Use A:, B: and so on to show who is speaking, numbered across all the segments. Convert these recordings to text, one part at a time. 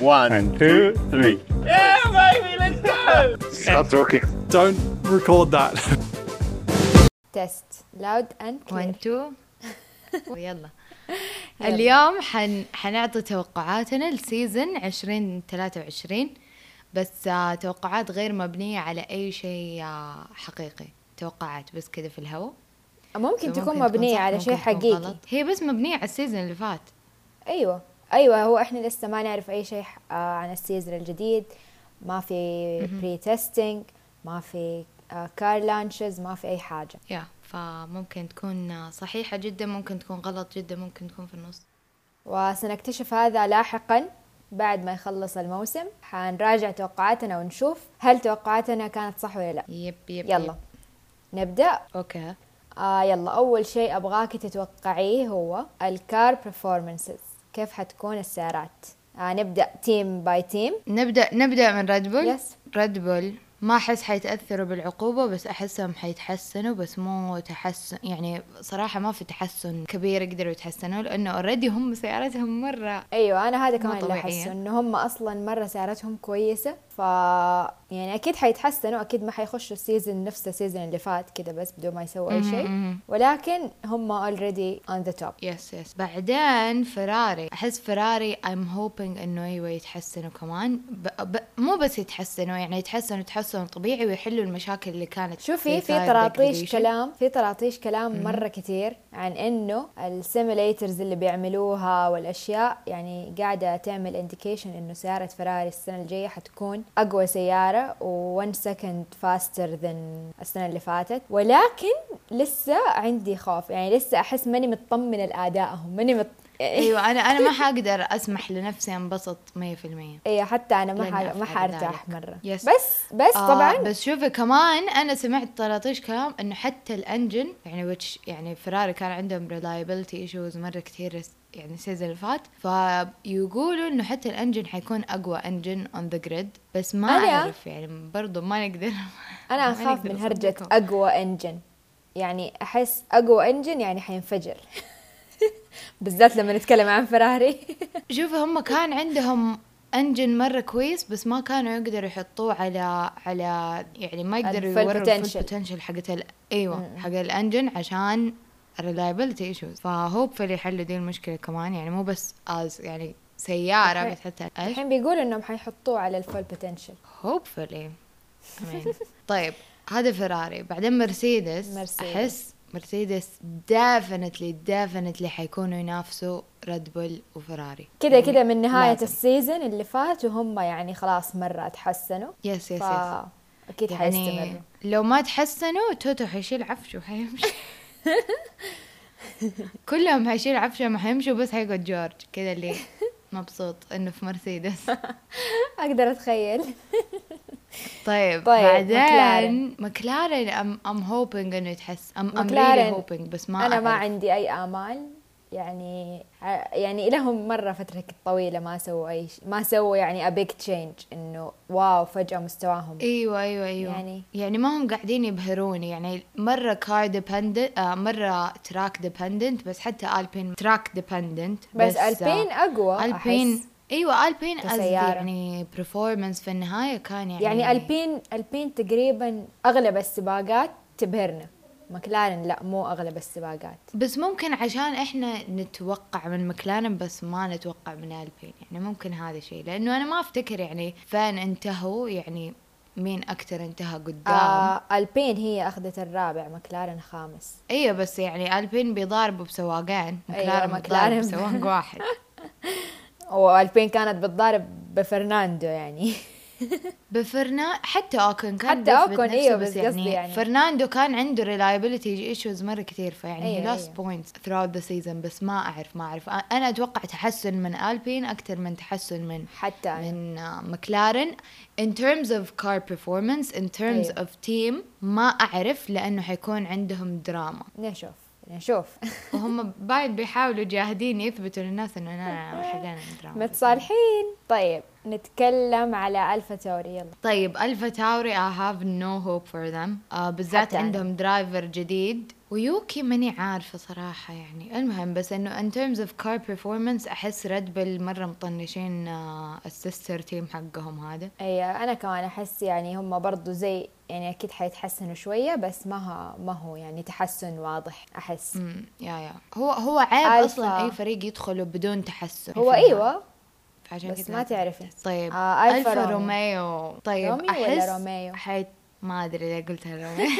A: One,
B: And two, three.
A: Yeah, baby, let's go.
C: Stop talking.
D: Don't record that.
E: تيست لاود اند
F: وان
E: كلير
F: تو ويلا اليوم حن حنعطي توقعاتنا لسيزن 2023 بس آه، توقعات غير مبنية على أي شيء آه، حقيقي توقعات بس كذا في الهواء
E: ممكن تكون
F: صح،
E: مبنيه على
F: ممكن
E: شيء
F: تكون
E: حقيقي
F: غلط. هي بس مبنية على السيزن اللي فات
E: ايوه ايوه هو احنا لسه ما نعرف اي شيء ح- آه، عن السيزون الجديد ما في بري تيستينج ما في كار لانشز ما في اي حاجه
F: يا فممكن تكون آه، صحيحة جدا ممكن تكون غلط جدا ممكن تكون في النص
E: وسنكتشف هذا لاحقا بعد ما يخلص الموسم حنراجع توقعاتنا ونشوف هل توقعاتنا كانت صح ولا لا
F: يب يب
E: يلا
F: يب.
E: نبدأ
F: اوكي
E: آه يلا أول شيء أبغاكي تتوقعيه هو الكار performances كيف حتكون السيارات آه نبدأ تيم باي تيم
F: نبدا نبدا من ريد بول
E: Yes.
F: ريد بول ما احس حيتاثروا بالعقوبه بس احسهم حيتحسنوا بس مو تحسن يعني صراحه ما في تحسن كبير يقدروا يتحسنوا لانه اوريدي هم سيارتهم مره
E: أيوة أنا هذا
F: مو
E: كمان اللي
F: طبيعية.
E: أحسه إنه هم أصلا مرة سيارتهم كويسة ف يعني أكيد حيتحسنوا أكيد ما حيخشوا السيزون نفس السيزون اللي فات كده بس بدون ما يسووا أي شيء
F: مم.
E: ولكن هم already on the top
F: يس يس بعدين فراري احس فراري ام هوبينج انه ايوه يتحسنوا كمان ب... ب... مو بس يتحسنوا يعني يتحسنوا تحسن طبيعي ويحلوا المشاكل اللي كانت
E: شوفي في
F: tire
E: طراطيش
F: degradation.
E: كلام في طراطيش كلام مره كثير عن انه السيميليترز اللي بيعملوها والاشياء يعني قاعده تعمل انديكيشن انه سياره فراري السنه الجايه حتكون اقوى سياره و1 سكند فاستر ذن السنه اللي فاتت ولكن لسه عندي خوف يعني لسه احس ماني مطمنه لادائهم ماني مط...
F: ايوه انا انا ما حقدر اسمح لنفسي انبسط 100%
E: ايوه حتى انا ما
F: لن
E: ح... ما
F: أفعل
E: حارتاح
F: ذلك.
E: مره
F: Yes.
E: بس بس
F: آه،
E: طبعا
F: بس شوفي كمان انا سمعت طراطيش كلام انه حتى الانجن يعني وتش يعني فراري كان عندهم ريلايبيلتي ايشوز مره كثير الس- يعني السيزون اللي فات فيقولوا انه حتى الانجن حيكون اقوى انجن اون ذا جريد بس ما
E: أنا-
F: اعرف يعني برضه ما نقدر
E: انا
F: ما
E: اخاف
F: نقدر
E: من هرجة
F: أصدقهم.
E: اقوى انجن يعني احس اقوى انجن يعني حينفجر بالذات لما نتكلم عن فراري
F: شوفي هم كان عندهم انجن مره كويس بس ما كانوا يقدروا يحطوه على على يعني ما يقدروا
E: الفل
F: يوروا الفول
E: potential.
F: بوتنشل حقت ال... ايوه حق الانجن عشان الريلايبلتي ايشوز فهوبفلي يحلوا دي المشكله كمان يعني مو بس از يعني سياره
E: الحين-
F: بس حتى ايش
E: الحين بيقولوا انهم حيحطوه على الفول بوتنشل
F: هوبفلي طيب هذا فراري بعدين مرسيدس
E: مرسيدس.
F: احس مرسيدس دافنتلي دافنتلي حيكونوا ينافسوا ريد بول وفراري
E: كده كده من نهاية
F: لازم.
E: السيزون اللي فات وهم يعني خلاص مرة تحسنوا
F: يس
E: ف
F: يس يس
E: اكيد
F: يعني
E: حيستمروا
F: لو ما تحسنوا توتو حيشيل عفشه وحيمشي كلهم حيشيل عفشه ما حيمشوا بس حيقعد جورج كذا اللي مبسوط انه في مرسيدس
E: اقدر اتخيل
F: طيب,
E: طيب،
F: بعدين مكلارن ام ام هوبينج انه يتحس ام ام ريلي
E: مكلارن،
F: هوبينج بس ما
E: انا ما
F: أعرف.
E: عندي اي امال يعني يعني لهم مرة فترة طويلة ما سووا اي شيء ما سووا يعني ابيك تشينج انه واو فجأة مستواهم
F: ايوه ايوه ايوه يعني
E: يعني-
F: يعني ما هم قاعدين يبهروني يعني مره كار ديبندنت آه مره تراك ديبندنت بس حتى البين تراك ديبندنت
E: بس ألبين أقوى آه، أحس.
F: البين ايوه البين أز-
E: كسيارة.
F: يعني برفورمانس في النهايه كان يعني
E: يعني البين البين تقريبا اغلب السباقات تبهرنا مكلارن لا مو اغلب السباقات
F: بس ممكن عشان احنا نتوقع من مكلارن بس ما نتوقع من البين يعني ممكن هذا الشيء لانه انا ما افتكر يعني فين انتهوا يعني مين اكثر انتهى قدام
E: آه البين هي اخذت الرابع مكلارن خامس
F: ايوه بس يعني البين بيضاربوا بسواقين
E: أيوة،
F: مكلارن
E: مكلارن.
F: بيضاربوا بسواق واحد
E: والبين كانت بتضارب بفرناندو يعني
F: بفرنا حتى اوكن كان
E: حتى
F: بيثبت
E: أوكون،
F: نفسه
E: أيوة، بس قصدي يعني.
F: فرناندو كان عنده ريلايبيلتي ايشوز مره كثير فيعني
E: أيوة،
F: هي لوست
E: أيوة.
F: بوينتس ثرو ذا سيزون بس ما اعرف ما اعرف انا اتوقع تحسن من البين اكثر من تحسن من
E: حتى أنا.
F: من آه، مكلارن in terms of car performance in terms
E: أيوة.
F: of team ما اعرف لانه حيكون عندهم دراما
E: نشوف نشوف
F: وهم باين بيحاولوا جاهدين يثبتوا للناس انه انا حقنا دراما
E: متصالحين طيب نتكلم على الفا تاوري يلا
F: طيب الفا تاوري I have no hope for them آه بالذات
E: حتى أنا.
F: عندهم درايفر جديد ويوكي ماني عارفة صراحة يعني المهم بس انه in terms of car performance احس ريد بل مرة مطنشين آه السيستر تيم حقهم هذا
E: اي انا إيه، كمان احس يعني هم برضو زي يعني اكيد حيتحسنوا شويه بس ما ها ما هو يعني تحسن واضح احس
F: امم يا يا هو هو
E: ألفا.
F: عيب اصلا اي فريق يدخله بدون تحسن
E: هو
F: في النهاية.
E: ايوه
F: فعشان
E: بس
F: كده
E: ما تعرفي
F: طيب
E: آه،
F: الفا,
E: ألفا
F: روميو طيب
E: روميو
F: احس
E: ولا روميو؟
F: حيت ما ادري اذا قلتها روميو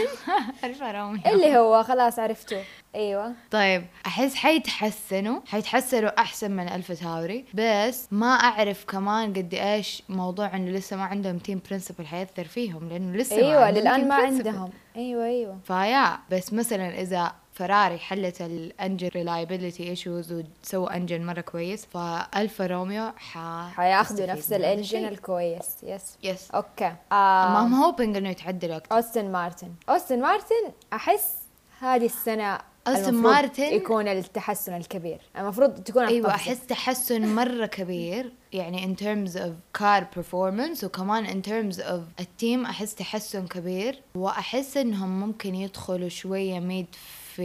F: الفا روميو
E: اللي هو خلاص عرفته ايوه
F: طيب احس حيتحسنوا حيتحسنوا احسن من الفا تاوري بس ما اعرف كمان قد ايش موضوع انه لسه ما عندهم تيم برنسبل حياثر فيهم لانه لسه ما
E: ايوه
F: عندهم team
E: للان ما
F: principal.
E: عندهم ايوه ايوه
F: فيا بس مثلا اذا فراري حلت الانجن ريلايبيلتي ايشوز وسووا انجن مره كويس فالفا روميو ح
E: حياخذوا نفس الانجن الكويس يس
F: يس
E: اوكي
F: ما
E: آه
F: ام هوبنج انه يتعدلوا اكثر
E: اوستن مارتن اوستن مارتن احس هذه السنه
F: أوستن
E: المفروض
F: مارتن؟
E: يكون التحسن الكبير المفروض تكون على
F: ايوه
E: الطفزة.
F: احس تحسن مره كبير يعني in terms of car performance وكمان in terms of التيم احس تحسن كبير واحس انهم ممكن يدخلوا شويه ميد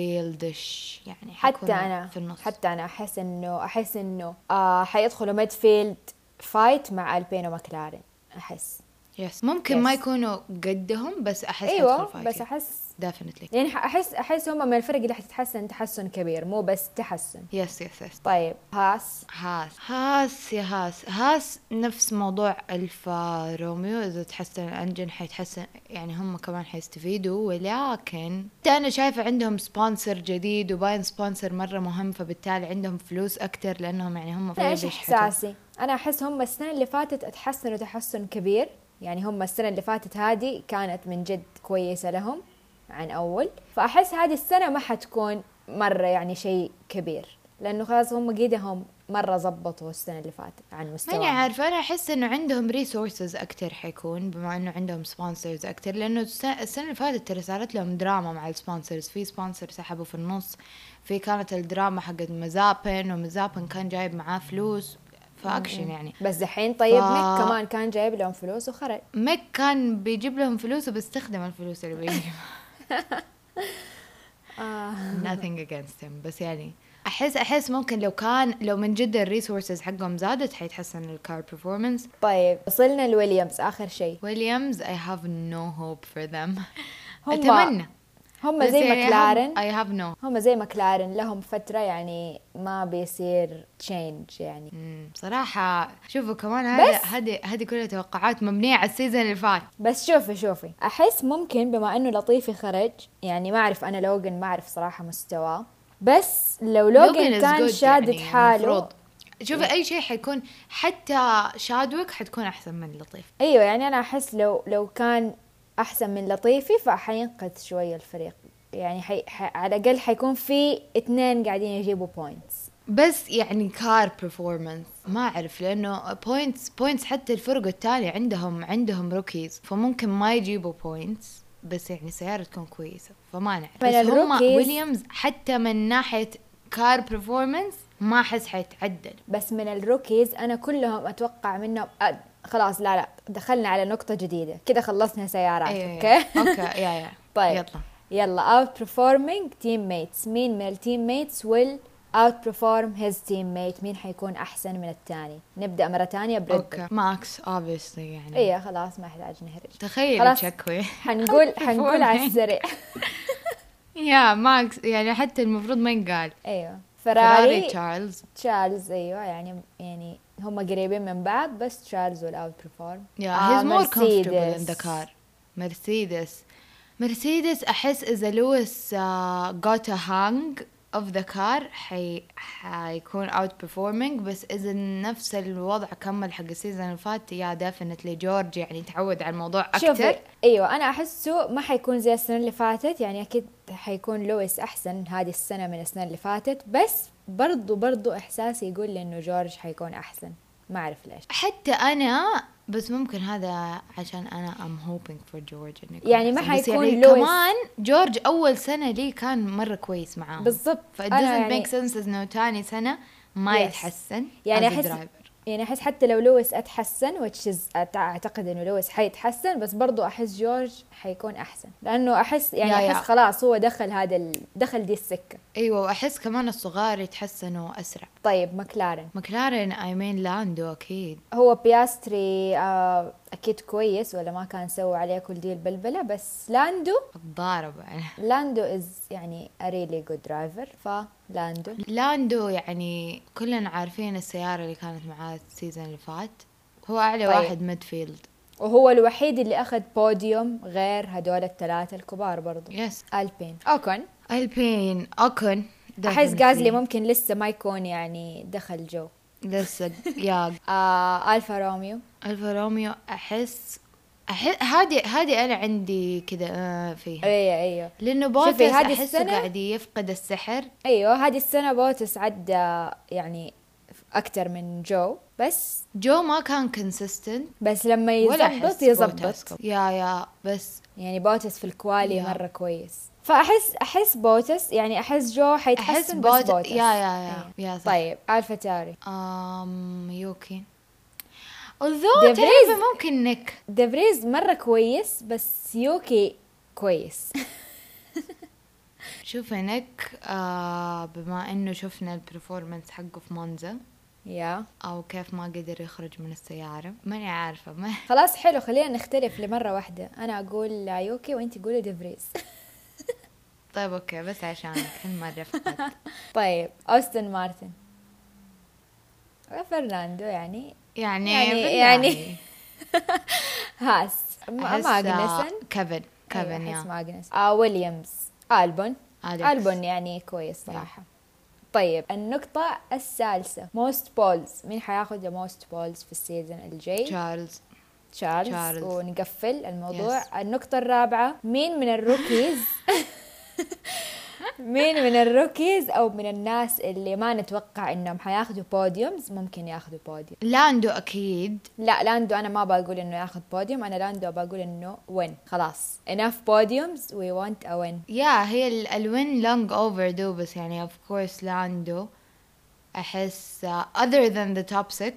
F: فيلدش يعني
E: حتى
F: حيكونوا
E: انا
F: في النص
E: حتى انا احس انه احس انه آه حيدخلوا ميدفيلد فايت مع البينو ماكلارين احس
F: يس ممكن ما
E: Yes.
F: يكونوا قدهم بس احس
E: ايوه بس احس
F: ديفنتلي
E: يعني احس احس هم من الفرق اللي حتتحسن تحسن كبير مو بس تحسن
F: يس يس يس
E: طيب هاس
F: هاس هاس يا هاس هاس نفس موضوع الفا روميو اذا تحسن الانجن حيتحسن يعني هم كمان حيستفيدوا ولكن حتى انا شايفه عندهم سبونسر جديد وباين سبونسر مره مهم فبالتالي عندهم فلوس اكثر لانهم يعني هم
E: انا
F: فريق
E: ايش
F: يشحتوا.
E: احساسي انا احس هم السنه اللي فاتت اتحسنوا تحسن كبير يعني هم السنه اللي فاتت هذه كانت من جد كويسه لهم عن اول فاحس هذه السنه ما حتكون مره يعني شيء كبير لانه خلاص هم قيدهم مره زبطوا السنه اللي فاتت عن
F: ماني
E: مستواهم
F: عارفة أنا أحس إنه عندهم ريسورسز أكتر حيكون بما إنه عندهم سبونسرز أكتر لأنه الس- السنة اللي فاتت ترى صارت لهم دراما مع السبونسرز في سبونسر سحبوا في النص في كانت الدراما حقت مزابن ومزابن كان جايب معاه فلوس فأكشن يعني
E: بس دحين طيب
F: ف-
E: ميك كمان كان جايب لهم فلوس وخرج
F: ميك كان بيجيب لهم فلوس وبيستخدم الفلوس اللي بيجيبها nothing against him بس يعني احس احس ممكن لو كان لو من جد الريسورسز حقهم زادت حيتحسن الكار performance
E: طيب وصلنا لويليامز اخر شيء
F: ويليامز I have no hope for them
E: هم-
F: أتمنى
E: هم
F: بس
E: زي
F: يعني I have-
E: مكلارن
F: I have no
E: هم زي مكلارن لهم فتره يعني ما بيصير تشينج يعني
F: مم، صراحة شوفوا كمان هذا
E: بس.
F: هذه هذه كلها توقعات مبنية على السيزون اللي فات
E: بس شوفي شوفي احس ممكن بما انه لطيفي خرج يعني ما اعرف انا لوجن ما اعرف صراحه مستواه بس لو
F: Logan
E: لوجن
F: is
E: كان
F: good
E: شادد
F: يعني
E: حاله إيه.
F: المفروض. شوفي أي شيء حيكون حتى شادوك حتكون أحسن من لطيف
E: ايوه يعني انا احس لو لو كان احسن من لطيفي فحينقذ شويه الفريق يعني حي... ح... على الاقل حيكون في اثنين قاعدين يجيبوا بوينتس
F: بس يعني كار performance ما أعرف لأنه بوينتس بوينتس حتى الفرق التانية عندهم عندهم روكيز فممكن ما يجيبوا بوينتس بس يعني السيارة تكون كويسة فما نعرف
E: من
F: بس هم
E: الروكيز-
F: ويليامز حتى من ناحية كار performance ما أحس حيتعدل
E: بس من الروكيز انا كلهم اتوقع منهم أ... خلاص لا لا دخلنا على نقطه جديده كده خلصنا سيارات
F: إيه،
E: اوكي
F: اوكي يا يا
E: طيب
F: يلا
E: يلا اوت performing تيم ميتس مين من التيم ميتس will اوت perform his teammate مين حيكون احسن من الثاني نبدا مره ثانيه بريد
F: اوكي ماكس اوبسلي يعني
E: اي خلاص ما يحتاج نهرج
F: تخيل
E: إيه. خلاص.
F: تشكوي
E: حنقول حنقول على
F: performing.
E: السريع
F: يا ماكس يعني حتى المفروض ما ينقال
E: ايوه
F: فراري
E: فراري
F: تشارلز
E: تشارلز ايوه يعني يعني هم قريبين من بعض بس تشارلز والاوت بيرفورم
F: يا
E: آه،
F: هيز مور كومفورتبل ان ذا كار مرسيدس مرسيدس احس اذا لويس آه، جوت هانج اوف ذا كار حي حيكون اوت بيرفورمينج بس اذا نفس الوضع كمل حق السيزون اللي فات يا ديفنتلي جورج يعني تعود على الموضوع
E: شوفي
F: اكثر
E: ايوه انا احسه ما حيكون زي السنه اللي فاتت يعني اكيد حيكون لويس احسن هذه السنه من السنه اللي فاتت بس برضو برضو احساسي يقول لي انه جورج حيكون احسن ما اعرف ليش
F: حتى انا بس ممكن هذا عشان انا ام هوبينج فور جورج انه يكون
E: يعني ما
F: أحسن. بس
E: حيكون
F: يعني
E: لويس.
F: كمان جورج اول سنه لي كان مره كويس معاهم
E: بالضبط
F: ف آه. it
E: أنا
F: doesn't
E: يعني-
F: make sense انه ثاني سنه ما
E: Yes.
F: يتحسن
E: يعني
F: as a
E: احس
F: driver.
E: يعني احس حتى لو لويس اتحسن وتشز اعتقد انه لويس حيتحسن بس برضو احس جورج حيكون احسن لانه احس يعني
F: يا- يا.
E: احس خلاص هو دخل هذا ال... دخل دي السكه
F: ايوه واحس كمان الصغار يتحسنوا اسرع
E: طيب مكلارن
F: مكلارن ايمين لاندو اكيد
E: هو بياستري آه اكيد كويس ولا ما كان سوى عليه كل دي البلبله بس لاندو
F: الضارب يعني
E: لاندو از يعني a really good driver فلاندو
F: لاندو يعني كلنا عارفين السيارة اللي كانت معاه السيزون اللي فات هو أعلى
E: طيب.
F: طيب. واحد ميدفيلد
E: وهو الوحيد اللي اخذ بوديوم غير هدول الثلاثه الكبار برضو
F: يس
E: البين اوكن
F: البين أوكن
E: احس جازلي
F: definitely.
E: ممكن لسه ما يكون يعني دخل جو
F: لسه يا
E: آه الفا روميو
F: ألفا روميو أحس أحس هذه هذه أنا عندي كذا آه فيها
E: ايوه ايوه
F: لأنه بوتس
E: هذه
F: أحسه
E: السنة-
F: قاعد يفقد السحر
E: ايوه هذه السنه بوتس عدى يعني اكثر من جو بس
F: جو ما كان كونسيستنت
E: بس لما
F: ولا
E: يزبط
F: أحس
E: يزبط
F: بوتس. يا يا بس
E: يعني بوتس في الكوالي
F: Yeah.
E: مره كويس فاحس احس بوتس يعني احس جو
F: أحس
E: حيتحسن بس
F: بوت
E: بوتس
F: يا يا يا, يا صح.
E: طيب الفا تاري
F: أم um, يوكي
E: ديفريز.
F: although تعرفي ممكن نيك
E: دبريز مره كويس بس يوكي كويس
F: شوفي نيك آه بما انه شفنا البرفورمانس حقه في مونزا
E: يا
F: او كيف ما قدر يخرج من السيارة ماني عارفة ما
E: خلاص حلو خلينا نختلف لمره واحده انا اقول يوكي وانت قولي دبريز
F: طيب اوكي بس عشانك هالمرة فقط
E: طيب اوستن مارتن فرناندو يعني
F: يعني
E: يعني-
F: بالله
E: يعني
F: عليك.
E: هاس ما
F: أحس، آه،
E: ماغنسن
F: كيفن كيفن
E: أيوة، أحس
F: يا
E: ماغنس آه ويليامز البون
F: أليكس.
E: البون يعني كويس صراحه طيب النقطة الثالثة موست بولز مين حياخد موست بولز في السيزون الجاي؟
F: تشارلز
E: تشارلز
F: تشارلز.
E: ونقفل الموضوع
F: Yes.
E: النقطة الرابعة مين من الروكيز مين من الروكيز أو من الناس اللي ما نتوقع إنهم حياخدوا بوديومز ممكن ياخدوا بوديوم
F: لاندو اكيد
E: لا لاندو انا ما بقول انه ياخذ بوديوم انا لاندو بقول انه وين خلاص enough بوديومز وي want a win
F: يا هي ال- الوين لونج اوفر دو بس يعني اوف كورس لاندو احس اذر ذان ذا توب 6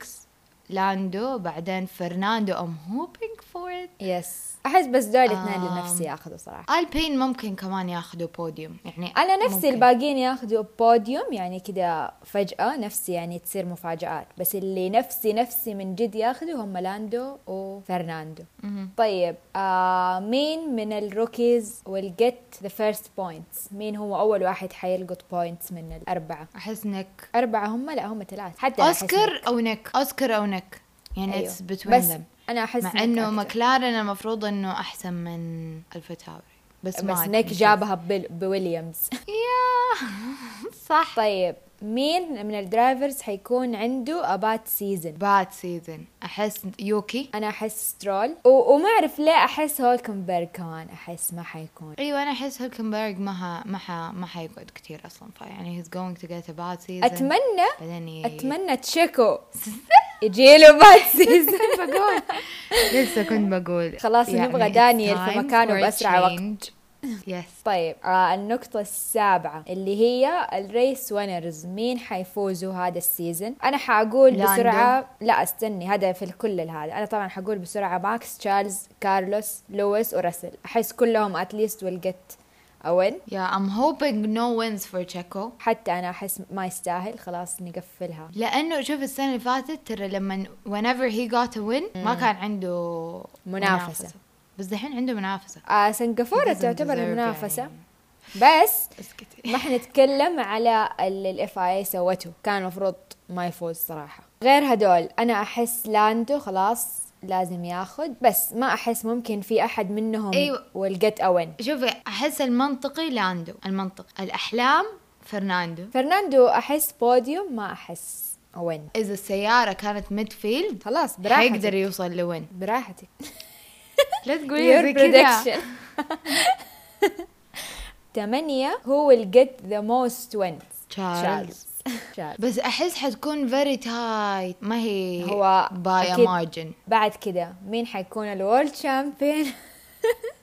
F: لاندو بعدين فرناندو ام هوبينج فور ات
E: يس احس بس دول الاثنين
F: آم.
E: اللي نفسي ياخذوا صراحه
F: البين ممكن كمان ياخذوا بوديوم يعني
E: انا نفسي
F: ممكن.
E: الباقيين ياخذوا بوديوم يعني كده فجاه نفسي يعني تصير مفاجات بس اللي نفسي نفسي من جد ياخذوا هم لاندو وفرناندو
F: مهم.
E: طيب آه مين من الروكيز will get the first points مين هو اول واحد حيلقط بوينتس من الاربعه
F: احس نيك
E: أربعة هم لا هم ثلاثة حتى أنا أحس
F: اوسكار او نيك اوسكار او نيك يعني
E: أيوه.
F: اتس بتوين
E: بس
F: ذم
E: انا احس
F: مع
E: نيك
F: انه
E: أكتر.
F: مكلارن المفروض انه احسن من الفتاوري بس,
E: بس
F: ما
E: نيك
F: أدري.
E: جابها بل... بويليامز
F: يا صح
E: طيب مين من الدرايفرز حيكون عنده ابات سيزن
F: باد سيزن احس يوكي
E: انا احس سترول و... وما اعرف ليه احس هولكنبرغ كمان احس ما حيكون
F: ايوه انا احس هولكنبرغ ما ح- ما ح- ما حيقعد كتير يعني اصلا فيعني هيز جوينج تو جيت ا باد سيزون
E: اتمنى
F: بعدين ي-
E: اتمنى تشيكو يجي له بات سيزن
F: بقول لسه كنت بقول يعني
E: خلاص نبغى
F: it's
E: دانيال في
F: time
E: مكانه
F: for a
E: بأسرع وقت.
F: change. يس
E: طيب آه النقطة السابعة اللي هي الريس وينرز مين حيفوزوا هذا السيزون؟ أنا حأقول
F: لاندو.
E: بسرعة لا استني هذا في الكل هذا أنا طبعا حقول بسرعة ماكس تشارلز كارلوس لويس وراسل أحس كلهم اتليست ويل جت أوين
F: يا ام هوبينج نو وينز فور تشيكو
E: حتى أنا أحس ما يستاهل خلاص نقفلها
F: لانه شوف السنه اللي فاتت ترى لما whenever he got a win ما كان عنده
E: منافسة.
F: بس دحين عنده منافسة
E: آه سنغافورة
F: Doesn't
E: تعتبر
F: deserve
E: المنافسة
F: يعني.
E: بس
F: اسكتي
E: ما حنتكلم على اللي الاف اي سوته كان المفروض ما يفوز صراحه غير هدول انا احس لاندو خلاص لازم ياخد بس ما احس ممكن في احد منهم
F: أيوة.
E: والجت اوين
F: شوفي احس المنطقي لاندو المنطق الاحلام فرناندو
E: فرناندو احس بوديوم ما احس اوين
F: اذا السياره كانت ميد فيلد
E: خلاص براحتك
F: حيقدر يوصل لوين
E: براحتك
F: لا تقولي زي
E: your
F: كذا
E: prediction ثمانية who will get the most wins
F: تشارلز
E: تشارلز
F: بس احس حتكون فيري تايت ما هي
E: هو
F: باي
E: أكيد.
F: مارجن
E: بعد كده مين حيكون الورلد شامبيون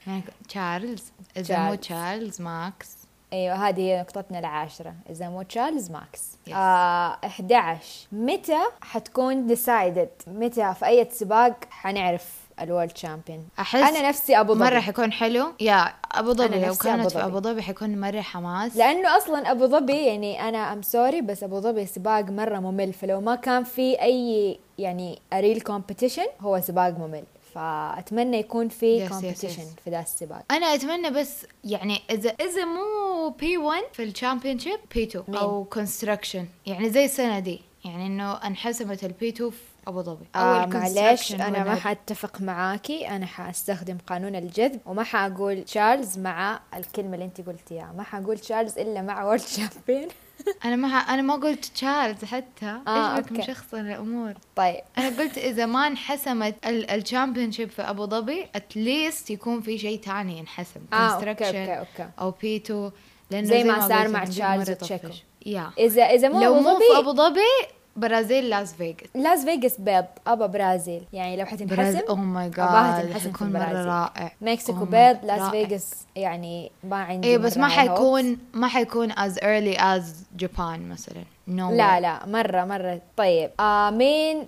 F: يعني تشارلز اذا مو
E: تشارلز.
F: تشارلز ماكس
E: أيوة، ايوه هذه هي نقطتنا العاشرة اذا مو تشارلز ماكس
F: Yes.
E: آه 11 متى حتكون ديسايدد متى في اي سباق حنعرف الورلد شامبيون
F: احس
E: انا نفسي ابو
F: مره
E: ظبي
F: حيكون حلو يا ابو ظبي
E: أنا
F: لو
E: نفسي
F: كانت
E: أبو
F: في
E: ظبي.
F: ابو ظبي حيكون مره حماس
E: لانه اصلا ابو ظبي يعني انا ام سوري بس ابو ظبي سباق مره ممل فلو ما كان في اي يعني اريل كومبيتيشن هو سباق ممل فاتمنى يكون في
F: Yes, yes,
E: كومبيتيشن
F: yes.
E: في ذا السباق
F: انا اتمنى بس يعني اذا اذا مو بي 1 في الشامبيونشيب بي 2
E: مين؟
F: او كونستراكشن يعني زي السنه دي يعني انه انحسمت البي 2 في ابو ظبي او
E: آه
F: ال
E: معلش
F: construction
E: انا ما
F: هناك.
E: حاتفق معاكي انا حاستخدم قانون الجذب وما حاقول تشارلز مع الكلمه اللي انت قلتيها ما حاقول تشارلز الا مع وورلد شامبيون
F: انا ما ح- انا ما قلت تشارلز حتى
E: آه،
F: ايش بك
E: أوكي.
F: مشخصن الامور
E: طيب
F: انا قلت اذا ما انحسمت الشامبيونشيب في ابو ظبي اتليست يكون في شيء ثاني ينحسم
E: آه، أوكي،
F: construction
E: أوكي، أوكي.
F: او بي 2 لانه
E: زي ما صار
F: قلت
E: مع
F: إنه دي
E: تشارلز
F: مرة
E: وتشيكو.
F: طفش. يا
E: اذا اذا مو
F: لو
E: ابو
F: مو في ابو
E: ظبي
F: ظبي برازيل لاس فيغاس
E: لاس فيغاس بيض ابا برازيل يعني لو حتنحسم
F: برازيل اوه ماي
E: أباها
F: جاد
E: تنحسم في
F: oh حيكون مره
E: برازيل.
F: رائع
E: مكسيكو
F: Oh my
E: بيض
F: God،
E: لاس
F: رائع.
E: فيغاس يعني ما عندي
F: ايه بس
E: مرة
F: ما
E: high hopes.
F: حيكون ما حيكون از early از جابان مثلا نو
E: لا لا مره مره طيب آه مين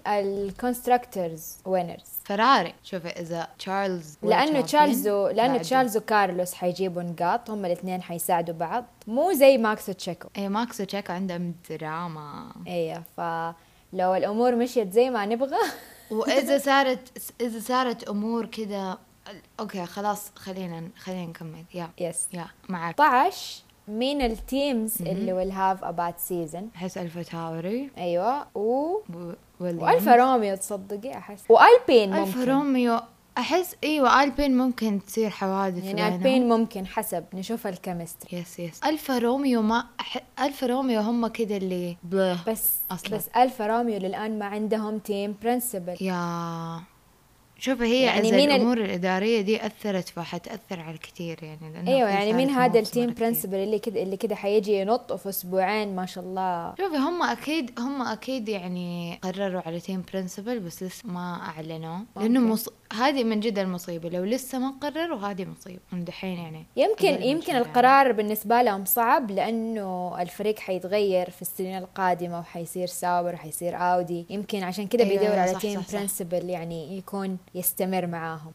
E: الكونستراكترز وينرز
F: فراري شوفي اذا تشارلز
E: لانه
F: وتشامبيون
E: تشارلز و... لانه
F: بعده.
E: تشارلز وكارلوس حيجيبوا نقاط هم الاثنين حيساعدوا بعض مو زي ماكس وتشيكو
F: ايه ماكس وتشيك عندهم دراما
E: ايه فلو الامور مشيت زي ما نبغى
F: واذا صارت اذا صارت امور كذا اوكي خلاص خلينا خلينا نكمل يا
E: يس
F: يا معك
E: طيب. 12 مين التيمز اللي will have a bad season
F: احس الفتاوري
E: ايوه و
F: و- ويليامز.
E: والفا روميو تصدقي احس والبين ممكن
F: الفا روميو احس ايوه البين ممكن تصير حوادث
E: يعني البين ممكن حسب نشوف الكيمستري
F: يس يس الفا روميو ما أح... الفا روميو هم كده اللي بله
E: بس
F: أصلاً.
E: أصلاً. بس الفا روميو للان ما عندهم تيم برنسبل
F: يا شوفي هي
E: يعني
F: يعني
E: مين ال-
F: الامور الاداريه دي اثرت فحتاثر على الكثير يعني لأنه
E: ايوه
F: في
E: يعني مين
F: صارت
E: هذا
F: مواقف
E: التيم
F: مرة كتير.
E: برنسبل اللي كده اللي كده حيجي ينط في اسبوعين ما شاء الله
F: شوفي هم اكيد هم اكيد يعني قرروا على تيم برنسبل بس لسه ما اعلنوا لانه
E: أوكي.
F: مص... هذه من جد المصيبه لو لسه ما قرروا هذه مصيبه من دحين يعني
E: يمكن
F: قبل ما
E: يمكن
F: نشوف يعني.
E: القرار بالنسبه لهم صعب لانه الفريق حيتغير في السنين القادمه وحيصير ساور وحيصير اودي يمكن عشان كده
F: أيوة،
E: بيدور
F: أيوة،
E: على
F: صح،
E: تيم
F: صح، صح.
E: برنسبل يعني يكون يستمر معاهم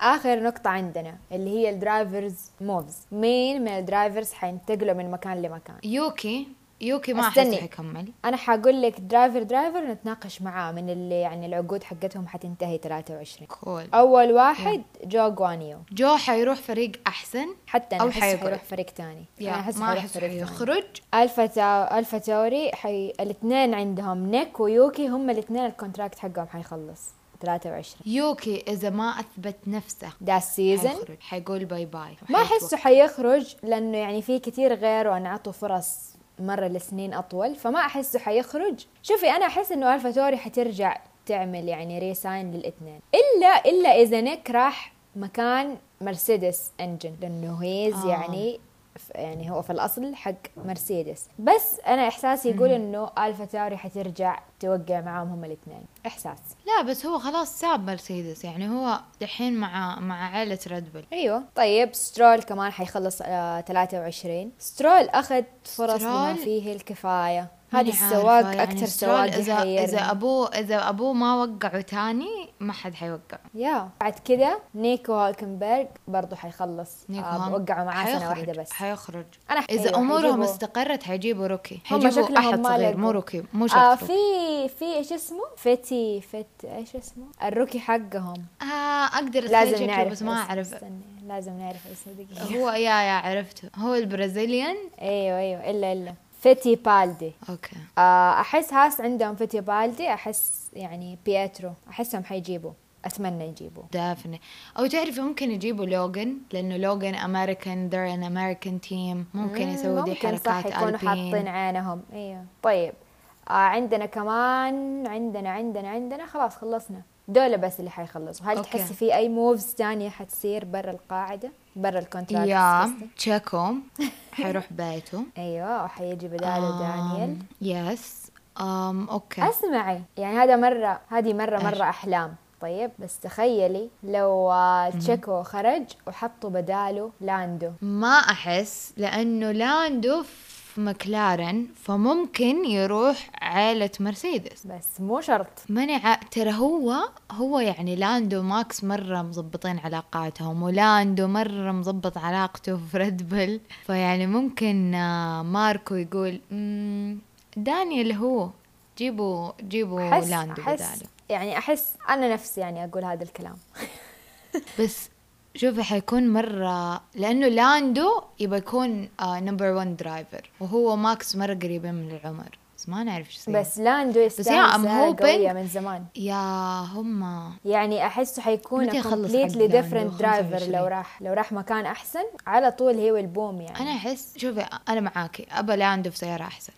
E: اخر نقطه عندنا اللي هي الدرايفرز موفز مين من الدرايفرز حينتقلوا من مكان لمكان
F: يعني. يوكي يوكي ما احس
E: استني.
F: حيكمل
E: انا حقول لك درايفر درايفر نتناقش معاه من اللي يعني العقود حقتهم حتنتهي 23
F: كول
E: اول واحد جو جوانيو
F: جو حيروح فريق احسن
E: حتى انا
F: أو
E: احس
F: حيقعد.
E: حيروح فريق ثاني
F: يا
E: انا احس
F: ما
E: حيروح
F: احس
E: فريق ثاني
F: يخرج
E: الفا تا... الفا تاوري حي... الاثنين عندهم نيك ويوكي هم الاثنين الكونتراكت حقهم حيخلص 23
F: يوكي اذا ما اثبت نفسه
E: ده السيزون
F: حيخرج حيقول باي باي
E: ما احسه حيخرج لانه يعني في كثير غيره انعطوا فرص مره لسنين اطول فما احسه حيخرج شوفي انا احس انه الفا توري حترجع تعمل يعني ريساين للاثنين الا الا اذا نيك راح مكان مرسيدس انجن لانه هيز
F: آه.
E: آه. يعني ف- يعني هو في الاصل حق مرسيدس بس انا احساسي يقول انه الفا توري حترجع توقع معاهم هم الاثنين احساس
F: لا بس هو خلاص ساب مرسيدس يعني هو دحين مع مع عائله ريد بول
E: ايوه طيب سترول كمان حيخلص آه 23 سترول اخذ فرص بما
F: سترول؟
E: فيه الكفايه هذا
F: ماني
E: السواق
F: عارفة،
E: يعني اكثر
F: سترول
E: سواق
F: اذا اذا
E: يحيرني
F: ابوه اذا ابوه ما وقعه تاني ما حد حيوقع
E: يا بعد كده نيكو هولكنبرغ برضه حيخلص
F: نيكو
E: آه
F: هام
E: وقعوا معاه سنه
F: حيخرج-
E: واحده بس
F: حيخرج
E: أنا
F: انا
E: ح-
F: اذا
E: أيوة،
F: امورهم
E: حيجيبوا-
F: استقرت حيجيبوا روكي
E: هم
F: حيجيبوا
E: شكلهم
F: احد
E: ما
F: صغير
E: لقوا.
F: مو روكي مو شخص
E: آه
F: روكي.
E: في في ايش اسمه فتي فت ايش اسمه الروكي حقهم
F: آه اقدر
E: لازم
F: أتخيل شكله
E: نعرف
F: بس ما
E: اسمه،
F: اعرف
E: استني لازم نعرف اسمه دقيقه
F: هو يا يا عرفته هو البرازيليان
E: ايوه ايوه الا الا فتي بالدي
F: اوكي
E: آه، احس هاس عندهم فيتيبالدي احس يعني بيترو احسهم حيجيبوا اتمنى يجيبوا
F: دافني او تعرفي ممكن يجيبوا لوجن لانه لوجن امريكان ذير ان امريكان تيم ممكن يسووا يعني دي
E: ممكن صح
F: حركات
E: يكونوا حاطين
F: البين
E: عينهم ايوه طيب آه عندنا كمان عندنا عندنا عندنا خلاص خلصنا دول بس اللي حيخلصوا هل
F: أوكي.
E: تحسي في اي موفز تانية حتصير برا القاعدة برا الكونتراكت
F: يا تشيكو حيروح بيته Um,
E: ايوه وحيجي بداله
F: آه.
E: دانيال
F: يس أم اوكي
E: اسمعي يعني هذا مرة هذه مرة مرة أحلام طيب بس تخيلي لو آه، تشيكو خرج وحطوا بداله لاندو
F: ما احس لانه لاندو في مكلارن فممكن يروح عائلة مرسيدس
E: بس مو شرط
F: منع ترى هو هو يعني لاندو ماكس مرة مظبطين علاقاتهم ولاندو مرة مظبط علاقته في ريد بل فيعني ممكن آه، ماركو يقول "مم، دانيال هو جيبوا جيبوا
E: احس
F: لاندو
E: احس
F: بداله
E: يعني احس انا نفسي يعني اقول هذا الكلام
F: بس شوفي حيكون مرة لأنه لاندو يبى يكون آه، نمبر 1 درايفر وهو ماكس مرة قريبين من العمر بس ما نعرف ايش يصير.
E: بس لاندو
F: يا I'm
E: يستاهل
F: hoping-
E: قوية من زمان
F: يا هما
E: يعني احسه حيكون
F: متى يخلص
E: كومبليتلي
F: حق لاندو؟
E: ديفرنت درايفر
F: 25.
E: لو راح لو راح مكان احسن على طول هي والبوم يعني
F: أنا أحس شوفي أنا معاكي أبى لاندو في سيارة أحسن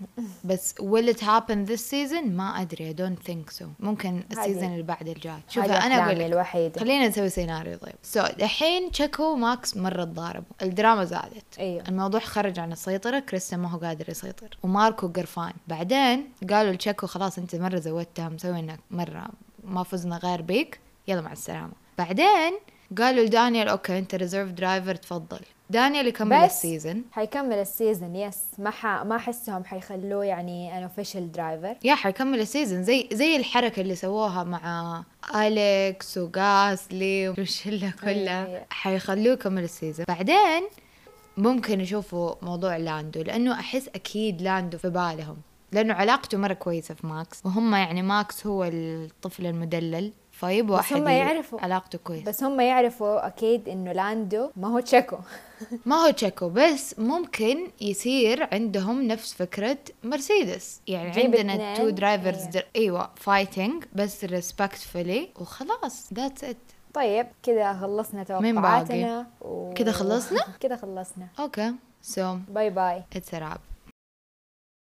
F: بس will it happen this season ما أدري I don't think so ممكن السيزون اللي بعد الجاي شوفي
E: هذه
F: أنا أقول
E: أحلامي
F: لك
E: الوحيدة
F: خلينا نسوي سيناريو طيب سو so, الحين تشيكو وماكس مره تضاربوا الدراما زادت
E: أيوه.
F: الموضوع خرج عن السيطره كريستيان ما هو قادر يسيطر وماركو قرفان بعدين قالوا لتشيكو خلاص انت مره زودتها مسوي انك مره ما فزنا غير بيك يلا مع السلامه بعدين قالوا لدانيال اوكي انت ريزيرف درايفر تفضل دانيال يكمل
E: بس
F: السيزون
E: حيكمل السيزون يس ما ح... ما احسهم حيخلوه يعني ان اوفيشال درايفر
F: يا حيكمل السيزون زي زي الحركة اللي سووها مع أليكس وغاسلي والشلة كلها
E: أيوة.
F: حيخلوه يكمل السيزون بعدين ممكن يشوفوا موضوع لاندو لأنه أحس أكيد لاندو في بالهم لأنه علاقته مرة كويسة في ماكس وهم يعني ماكس هو الطفل المدلل فيبوا
E: بس
F: أحد
E: هم
F: ي-
E: يعرفوا.
F: علاقته كويسة
E: بس هم يعرفوا اكيد انه لاندو ما هو تشيكو
F: ما هو تشيكو بس ممكن يصير عندهم نفس فكرة مرسيدس يعني
E: جيب
F: عندنا تو
E: اتنين،
F: درايفرز
E: أيوة.
F: در... ايوه فايتنج بس ريسبكتفلي وخلاص ذاتس ات
E: طيب كذا خلصنا
F: مين باقي؟
E: توقعاتنا و...
F: كذا خلصنا؟
E: كذا خلصنا
F: اوكي سو
E: باي باي
F: اتس راب